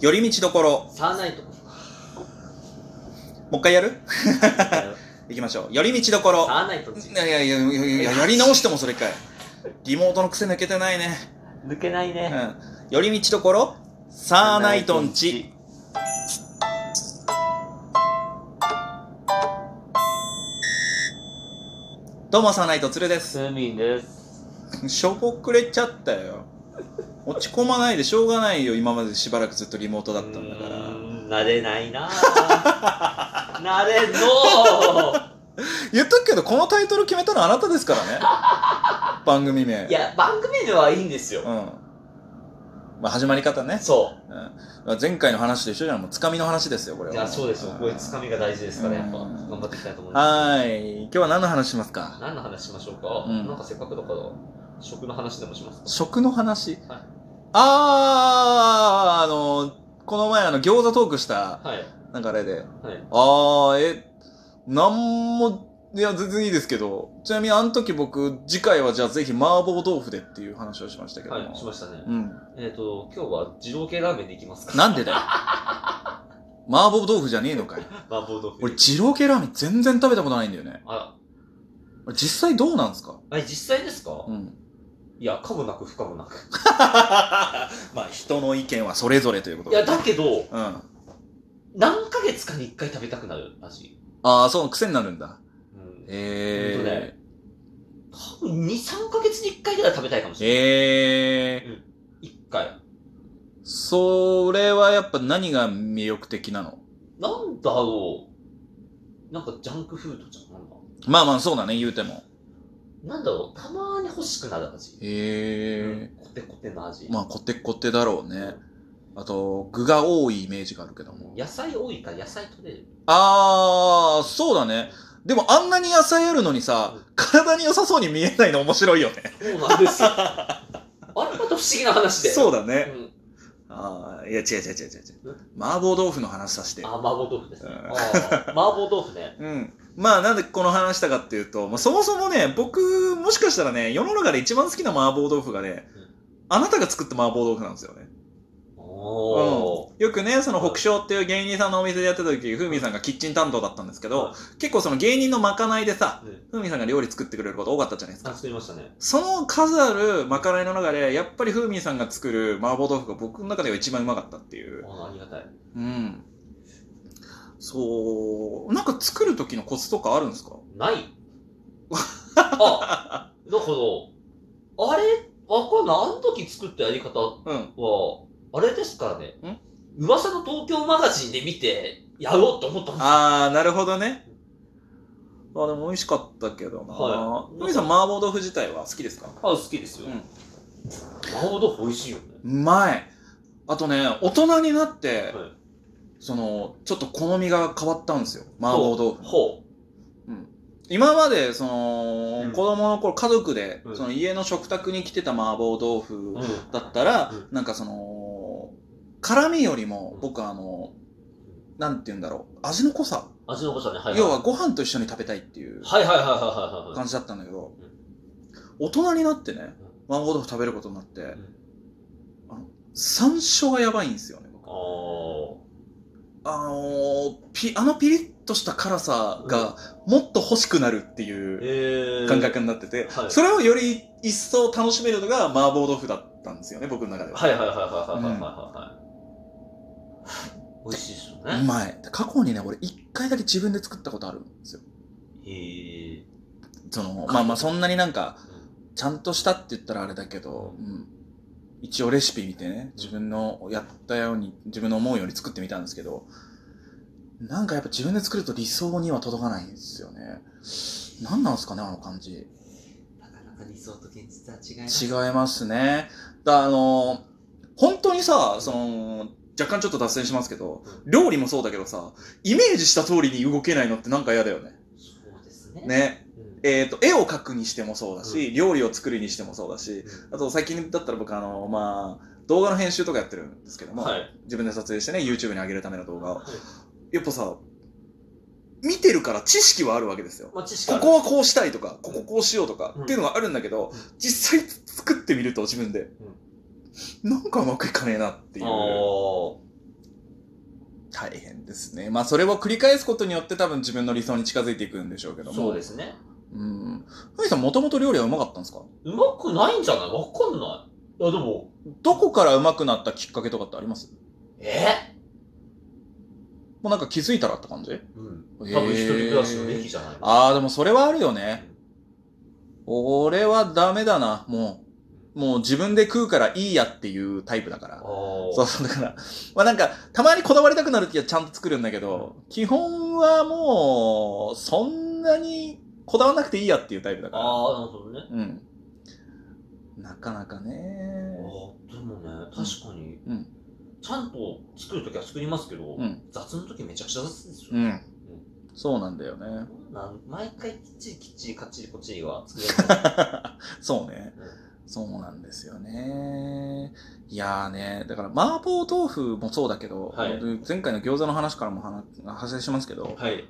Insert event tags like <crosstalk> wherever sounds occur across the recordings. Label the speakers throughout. Speaker 1: 寄り道どころ。
Speaker 2: サーナイト。
Speaker 1: もう一回やる
Speaker 2: サ
Speaker 1: いきましょう。寄り道どころ。
Speaker 2: ーナイトって
Speaker 1: いやいやいやいやいや、やり直してもそれかい。リモートの癖抜けてないね。
Speaker 2: 抜けないうね。
Speaker 1: ん。寄り道どころ、サーナイトンチ。どうも、サーナイト、つるです。
Speaker 2: スミンです。
Speaker 1: しょぼくれちゃったよ。落ち込まないでしょうがないよ、今までしばらくずっとリモートだったんだから。
Speaker 2: なれない <laughs> なぁ。なれんの
Speaker 1: 言っとくけど、このタイトル決めたのあなたですからね。番組名。
Speaker 2: いや、番組ではいいんです
Speaker 1: うん。
Speaker 2: よ。
Speaker 1: まあ、始まり方ね。
Speaker 2: そ
Speaker 1: うん、前回の話と一緒じゃんもうつかみの話ですよこれ
Speaker 2: う。
Speaker 1: はい
Speaker 2: や、そうですよ。こういうつかみが大事ですから、やっぱ、
Speaker 1: うん
Speaker 2: 頑張っていきたいと思います。
Speaker 1: はーい今日は何の話しますか
Speaker 2: 何の話しましょうか
Speaker 1: うん
Speaker 2: なんかせっかくだから、食の話でもしますか
Speaker 1: 食の話、
Speaker 2: はい
Speaker 1: あーあのこの前あの餃子トークした
Speaker 2: はい。
Speaker 1: なんかあれで
Speaker 2: はい。
Speaker 1: ああえなんもいや全然いいですけどちなみにあの時僕次回はじゃあぜひ麻婆豆腐でっていう話をしましたけども、
Speaker 2: はい、しましたね。
Speaker 1: うん
Speaker 2: えっと、今日は二郎系ラーメンでいきますか
Speaker 1: なんでだよ麻婆豆腐じゃねえのかい
Speaker 2: 麻婆豆腐。
Speaker 1: 俺二郎系ラーメン全然食べたことないんだよね
Speaker 2: あ、
Speaker 1: 実際どうなんですか
Speaker 2: あれ実際ですか
Speaker 1: うん <laughs>
Speaker 2: いや、かもなく不可もなく。
Speaker 1: まあ人の意見はそれぞれということ
Speaker 2: い
Speaker 1: で
Speaker 2: や、だけど、
Speaker 1: うん、あ
Speaker 2: 何ヶ月かに一回食べたくなる味。
Speaker 1: あそう癖になるんだ
Speaker 2: うん。ほんと
Speaker 1: え
Speaker 2: ね多分2、3ヶ月に1回ぐらい食べたいかも
Speaker 1: ー、
Speaker 2: しれない。
Speaker 1: え
Speaker 2: 1回。
Speaker 1: ー、それはやっぱ何が魅力的なの
Speaker 2: なんだろう。なんかジャンクフードじゃん。なんだ
Speaker 1: まあまあそうだね言うても
Speaker 2: なんだろう。たまに欲しくなる味。
Speaker 1: え
Speaker 2: コテコテの味。
Speaker 1: ー、まあコテコテだろうねあと具が多いイメージがあるけども
Speaker 2: 野菜多いから野菜取れる。
Speaker 1: ああそうだねでもあんなに野菜あるのにさ体に良さそうに見えないの面白いよね
Speaker 2: そうなんですよ。 <laughs> あれまた不思議な話で。
Speaker 1: そうだ
Speaker 2: う
Speaker 1: ね
Speaker 2: ん。
Speaker 1: ああいや違う違う違う違う違う麻婆豆腐の話させて
Speaker 2: あ、麻婆豆腐ですね。
Speaker 1: うん
Speaker 2: あー麻婆豆腐ね。
Speaker 1: うん。まあ、なんでこの話したかっていうと、まあ、そもそもね、僕、もしかしたらね、世の中で一番好きな麻婆豆腐がね
Speaker 2: うん、
Speaker 1: あなたが作った麻婆豆腐なんですよね。
Speaker 2: おー。
Speaker 1: よくね、その北昇っていう芸人さんのお店でやってた時、ふうみんさんがキッチン担当だったんですけど、結構その芸人のまかないでさ、
Speaker 2: ね
Speaker 1: ふうみんさんが料理作ってくれること多かったじゃないです
Speaker 2: あ
Speaker 1: か。
Speaker 2: 作りましたね。
Speaker 1: その数あるまかないの中で、やっぱりふうみんさんが作る麻婆豆腐が僕の中では一番うまかったっていう。
Speaker 2: あありがたい。
Speaker 1: うん。そう、なんか作る時のコツとかあるんですか <laughs>
Speaker 2: ないあ、だから、あれわかんない。あの時作ったやり方
Speaker 1: うん。
Speaker 2: は、あれですからね
Speaker 1: ん。
Speaker 2: 噂の東京マガジンで見て、やろうと思ったんです
Speaker 1: あー、なるほどね。あ、でも美味しかったけどな。
Speaker 2: は
Speaker 1: はいい。さん、麻婆豆腐自体は好きですか
Speaker 2: あ、好きですよ。
Speaker 1: うん
Speaker 2: 麻婆豆腐美味しいよね。
Speaker 1: うまい。あとね、大人になって、
Speaker 2: はい
Speaker 1: その、ちょっと好みが変わったんですよ。麻婆豆腐。
Speaker 2: ほ
Speaker 1: 今まで、その、
Speaker 2: うん
Speaker 1: 子供の頃、家族で、
Speaker 2: うん
Speaker 1: その家の食卓に来てた麻婆豆腐
Speaker 2: う。うん。
Speaker 1: だったら、
Speaker 2: う
Speaker 1: なんかその、辛みよりも
Speaker 2: うん、
Speaker 1: 僕はあの、なんて言うんだろう、味の濃さ。
Speaker 2: 味の濃さね。はい、はい。
Speaker 1: 要は、ご飯と一緒に食べたいっていう。
Speaker 2: はいはいはいはいはい、は
Speaker 1: 感じだったんだけど
Speaker 2: うん、
Speaker 1: 大人になってね、麻婆豆腐食べることになって、
Speaker 2: ん
Speaker 1: あの山椒がやばいんですよね、僕
Speaker 2: い。
Speaker 1: あのーピ、あのピリッとした辛さがもっと欲しくなるって
Speaker 2: ああ。
Speaker 1: いう
Speaker 2: えー。
Speaker 1: 感。覚になってて、
Speaker 2: はい
Speaker 1: それをより一層楽しめるのが麻婆豆腐だったんですよね、僕の中では。
Speaker 2: はいはいはいはいはいはいはいはい。美味しいですよ
Speaker 1: う
Speaker 2: ね。
Speaker 1: まい。で過去にね、俺一回だけ自分で作ったことあるんですよ。
Speaker 2: へえ
Speaker 1: その、
Speaker 2: 過去
Speaker 1: まあまあそんなになんか、ちゃんとしたって言ったらあれだけど、うん、一応レシピ見てね自分のやったように自分の思うように作ってみたんですけどなんかやっぱ自分で作ると理想には届かないんですよね何なんですかねあの感じ違
Speaker 2: なかなか理想と現実は違います。
Speaker 1: いますねだあの本当にさその若干ちょっと脱線しますけど料理もそうだけどさイメージした通りに動けないのってなんか嫌だよね
Speaker 2: そうですね。
Speaker 1: ね
Speaker 2: うん。
Speaker 1: えっ、と絵を描くにしてもそうだし、料理を作るにしてもそうだしあと最近だったら僕あのまあ動画の編集とかやってるんですけども、
Speaker 2: はい。
Speaker 1: 自分で撮影してね YouTube に上げるための動画を
Speaker 2: は
Speaker 1: やっぱさ見てるから知識はあるわけですよ
Speaker 2: いまあ、知識
Speaker 1: こ
Speaker 2: は
Speaker 1: こはこうしたいとかこここうしようとか、
Speaker 2: うん
Speaker 1: っていうのがあるんだけど、
Speaker 2: うん
Speaker 1: 実際作ってみると自分で、なんかうまくいかねえなっていう
Speaker 2: あ
Speaker 1: 大変ですね。まあ、それを繰り返すことによって多分自分の理想に近づいていくんでしょうけども。
Speaker 2: そうで。すね。
Speaker 1: うん。ふみさん、もともと料理はうまかったんですか
Speaker 2: うまくないんじゃないわかんない。いや、でも、
Speaker 1: どこからうまくなったきっかけとかってありますも
Speaker 2: え
Speaker 1: うなんか気づいたらって感じ
Speaker 2: うん。多分一人暮らしの歴じゃないの、
Speaker 1: ああ、でもそれはあるよね。俺はダメだな、もう。もう自分で食うからいいやっていうタイプだから
Speaker 2: あ。ー
Speaker 1: そうそう、だから、まあなんか、たまにこだわりたくなるときはちゃんと作るんだけど、基本はもう、そんなにこだわらなくていいやっていうタイプだから。
Speaker 2: あー、なるほどね。
Speaker 1: うん。なかなか
Speaker 2: あ
Speaker 1: ね。
Speaker 2: ーでもね、確かに、
Speaker 1: うん
Speaker 2: ちゃんと作るときは作りますけど、
Speaker 1: うん
Speaker 2: 雑のときめちゃくちゃ雑ですよ。
Speaker 1: うん。そうなんだよね。
Speaker 2: なん毎回きっちりきっちりかっちりこっちりは作れない。
Speaker 1: そうね。 <laughs> そうなんですよね。いやーね、だから麻婆豆腐もそうだけど、
Speaker 2: はい
Speaker 1: 前回の餃子の話からも話派生しますけど、
Speaker 2: はい。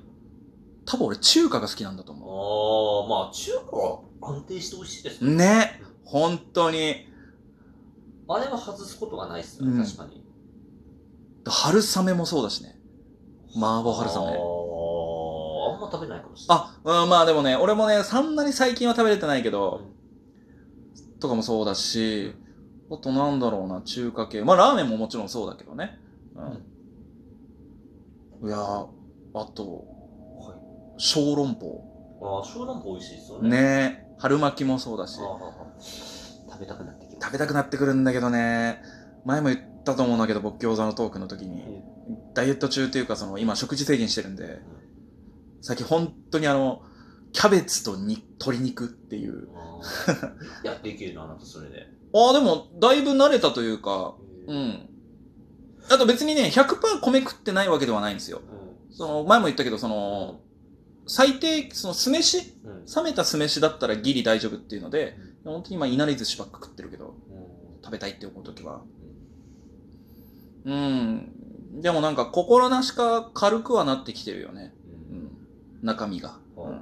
Speaker 1: 多分俺中華が好きなんだと思う。
Speaker 2: ああ、まあ中華は安定して美味しいですね。
Speaker 1: ね本当に。
Speaker 2: あれは外すことがないですよ
Speaker 1: うん
Speaker 2: ね、確かに。
Speaker 1: 春雨もそうだしね。麻婆春
Speaker 2: あ
Speaker 1: 雨。
Speaker 2: ーあんま食べないかもしれない。
Speaker 1: あ、うん、まあでもね、俺もね、そんなに最近は食べれてないけど、とかもそうだし、あとなんだろうな、中華系。まあラーメンももちろんそうだけどね。うん。いやー、あと、
Speaker 2: はい、
Speaker 1: 小籠包。
Speaker 2: ああ、小籠包美味しいですよね。
Speaker 1: ね春巻きもそうだ
Speaker 2: あ
Speaker 1: し
Speaker 2: ー。食べたくなってきま
Speaker 1: 食
Speaker 2: す。
Speaker 1: べたくなってくるんだけどね。前も言ったと思うんだけど、僕餃子のトークの時に。ダイエット中っていうか、その、今食事制限してるんで、最近本当にあの、キャベツとに鶏肉っていう。
Speaker 2: あーやっていけるの、あなたそれで。
Speaker 1: ああ、でも、だいぶ慣れたというか、う
Speaker 2: うん
Speaker 1: ん。あと別にね、100%米食ってないわけではないんですよ。その、前も言ったけど、その、最低、その、酢飯
Speaker 2: うん
Speaker 1: 冷めた酢飯だったらギリ大丈夫っていうので、本当に今、いなり寿司ばっか食ってるけど、
Speaker 2: うん
Speaker 1: 食べたいって思うときは。うん。でもなんか、心なしか軽くはなってきてるよね。
Speaker 2: うん
Speaker 1: うん。中身が。
Speaker 2: はい
Speaker 1: うん。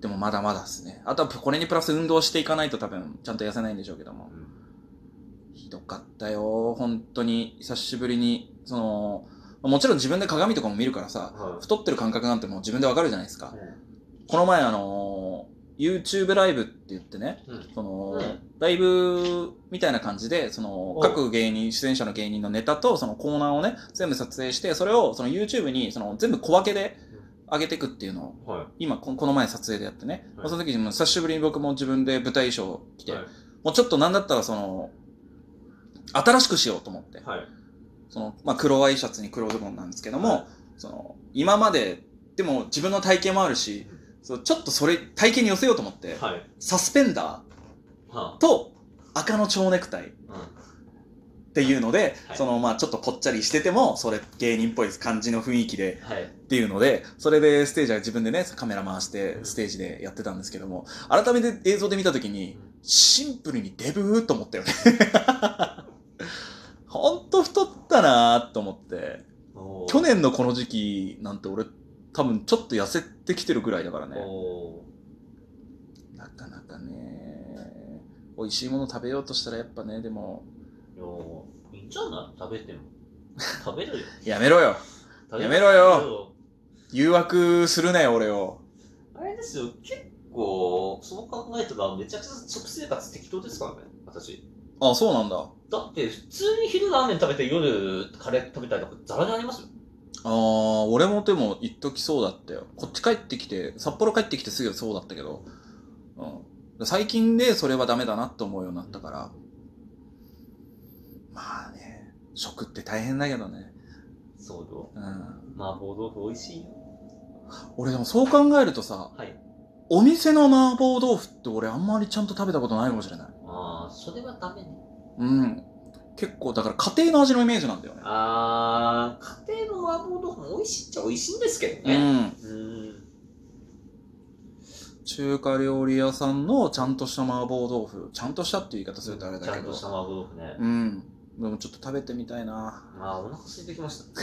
Speaker 1: でもまだまだですね。あとは、これにプラス運動していかないと多分、ちゃんと痩せないんでしょうけども。ひどかったよ、本当に。久しぶりに、その、もちろん自分で鏡とかも見るからさ、
Speaker 2: はい
Speaker 1: 太ってる感覚なんてもう自分でわかるじゃないですか。
Speaker 2: う
Speaker 1: この前あのー YouTube ライブって言ってね、
Speaker 2: んうん
Speaker 1: その、
Speaker 2: うん
Speaker 1: ライブみたいな感じで、その、
Speaker 2: お
Speaker 1: 各芸人、出演者の芸人のネタと、そのコーナーをね、全部撮影して、それをその YouTube に、その、全部小分けで上げてくっていうのを、
Speaker 2: は
Speaker 1: 今、ここの前撮影でやってね、
Speaker 2: はい
Speaker 1: その時にも久しぶりに僕も自分で舞台衣装着
Speaker 2: い。
Speaker 1: て、もうちょっとなんだったらその、新しくしようと思って。
Speaker 2: はい。
Speaker 1: その、まあ、黒ワイシャツに黒ズボンなんですけども、
Speaker 2: はい
Speaker 1: その、今まで、でも自分の体型もあるし、そうちょっとそれ、体型に寄せようと思って、
Speaker 2: はい。
Speaker 1: サスペンダ
Speaker 2: は
Speaker 1: ーと赤の蝶ネクタイっ
Speaker 2: あ
Speaker 1: ていうので、
Speaker 2: はい
Speaker 1: その、まあ、ちょっとぽっちゃりしてても、それ芸人っぽい感じの雰囲気で、
Speaker 2: うんはい。
Speaker 1: っていうので、それでステージは自分でね、カメラ回して
Speaker 2: う、ん
Speaker 1: ステージでやってたんですけども、改めて映像で見たときに
Speaker 2: う、ん
Speaker 1: シンプルにデブーと思ったよね。 <laughs> ほんと太ったなーと思って。
Speaker 2: おー
Speaker 1: 去年のこの時期なんて俺、多分ちょっと痩せてきてるぐらいだからね。
Speaker 2: お
Speaker 1: なかなかね。美味しいもの食べようとしたらやっぱね、でも、
Speaker 2: ーおーいいんじゃない食べても。食べるよ。
Speaker 1: やめろよ
Speaker 2: 食べ
Speaker 1: や
Speaker 2: る
Speaker 1: めろよ。誘惑するなよ、俺を。
Speaker 2: あれですよ、結構、そう考えたらめちゃくちゃ食生活適当ですからね、私。
Speaker 1: あ、そうなんだ。あ
Speaker 2: だって、普通に昼ラーメン食べて夜カレー食べたりとかザラにありますよ。
Speaker 1: ー、俺もでも一時そうだったよ。こっち帰ってきて、札幌帰ってきてすぐそうだったけど、うん。最近でそれはダメだなって思うようになったから、まあね、食って大変だけどね。
Speaker 2: そうよ。
Speaker 1: うん。
Speaker 2: 麻婆豆腐美味しいよ。
Speaker 1: 俺でもそう考えるとさ、
Speaker 2: はい。
Speaker 1: お店の麻婆豆腐って俺あんまりちゃんと食べたことないかもしれない。
Speaker 2: ああ、それはダメね。
Speaker 1: うん。結構だから家庭の味のイメージなんだよね。
Speaker 2: ああ、家庭の麻婆豆腐も美味しいっちゃ美味しいんですけど
Speaker 1: う
Speaker 2: ね。
Speaker 1: ん。
Speaker 2: うん。
Speaker 1: 中華料理屋さんのちゃんとした麻婆豆腐。ちゃんとしたっていう言い方するとあれ
Speaker 2: ち
Speaker 1: だ
Speaker 2: ゃ
Speaker 1: け
Speaker 2: ん
Speaker 1: ど
Speaker 2: とし。た麻婆豆腐ね。
Speaker 1: うん。でもちょっと食べてみたいな。
Speaker 2: ああ、お腹空いてきました。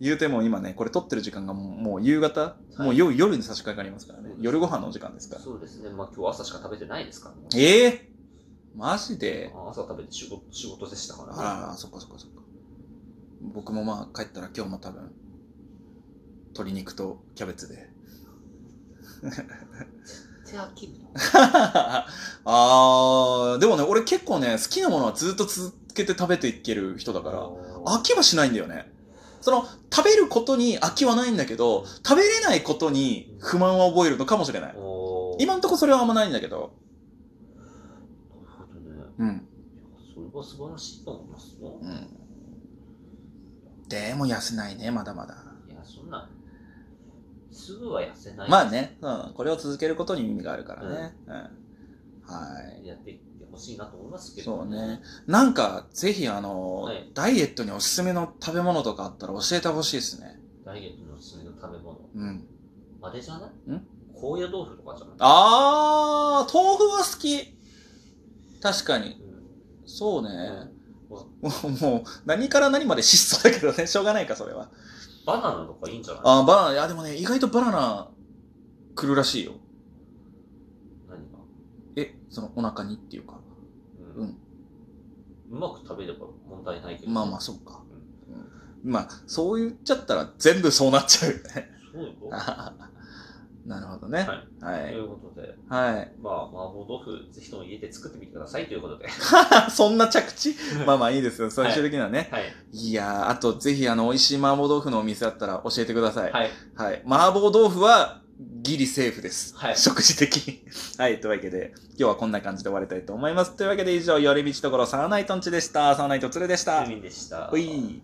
Speaker 1: 言うても今ね、これ撮ってる時間がもうもう夕方、
Speaker 2: い
Speaker 1: もう夜夜に差し掛かりますからね
Speaker 2: そう。です
Speaker 1: 夜ご飯のお時間ですから。
Speaker 2: そうですね。まあ今日朝しか食べてないですからね。
Speaker 1: ええマジで
Speaker 2: あー朝食べて仕事仕事でしたから
Speaker 1: あらあら、そっかそっかそっか。僕もまあ帰ったら今日も多分、鶏肉とキャベツで。 <laughs>
Speaker 2: 手飽きるの。
Speaker 1: あー、でもね、俺結構ね、好きなものはずっと続けて食べていける人だから、飽きはしないんだよね。その、食べることに飽きはないんだけど、食べれないことに不満は覚えるのかもしれない。
Speaker 2: おー
Speaker 1: 今んとこそれはあんまないんだけど。
Speaker 2: なるほどね。
Speaker 1: うん。
Speaker 2: いやそれは素晴らしいと思いますよ。
Speaker 1: うん。でも痩せないね、まだまだ。
Speaker 2: いや、そんな、すぐは痩せない。
Speaker 1: まあ。ね、うん。これを続けることに意味があるからね。うん。はい。
Speaker 2: やっていってほしいなと思いますけ
Speaker 1: そ
Speaker 2: ど
Speaker 1: うね。。なんか、ぜひ、あの、
Speaker 2: はい
Speaker 1: ダイエットにおすすめの食べ物とかあったら教えてほしいですね。
Speaker 2: ダイエットのおすすめの食べ物。
Speaker 1: うん。
Speaker 2: あれじゃない
Speaker 1: ん
Speaker 2: 高野豆腐とかじゃない
Speaker 1: あー、豆腐は好き。確かに。
Speaker 2: うん
Speaker 1: そうね。
Speaker 2: うん
Speaker 1: もう、もう何から何まで質素だけどね、しょうがないか、それは。
Speaker 2: バナナとかいいんじゃない
Speaker 1: あー、バナナ、いや、でもね、意外とバナナ、来るらしいよ。
Speaker 2: 何が、
Speaker 1: え、その、お腹にっていうか。
Speaker 2: う
Speaker 1: うんん、
Speaker 2: うまく食べれば問題ないけど。
Speaker 1: まあまあ、そうか。うんまあ、そう言っちゃったら全部そうなっちゃうよね。 <laughs>
Speaker 2: そうよ。
Speaker 1: なるほどね。は
Speaker 2: と
Speaker 1: い
Speaker 2: い。うことで、
Speaker 1: はい。
Speaker 2: まあ、麻婆豆腐、ぜひとも家で作ってみてくださいということで。
Speaker 1: <laughs>
Speaker 2: は
Speaker 1: そんな着地まあまあいいですよ。最終的にはね。
Speaker 2: い。
Speaker 1: い、やー、あとぜひあの、美味しい麻婆豆腐のお店あったら教えてください。はい。
Speaker 2: はい。
Speaker 1: 麻婆豆腐はギリセーフです。
Speaker 2: はい
Speaker 1: 食事的に。 <laughs> はい。というわけで、今日はこんな感じで終わりたいと思います。というわけで以上、寄り道ところサーナイトンチでした。サーナイトツルでした
Speaker 2: ユ。ミンでした。
Speaker 1: ほい。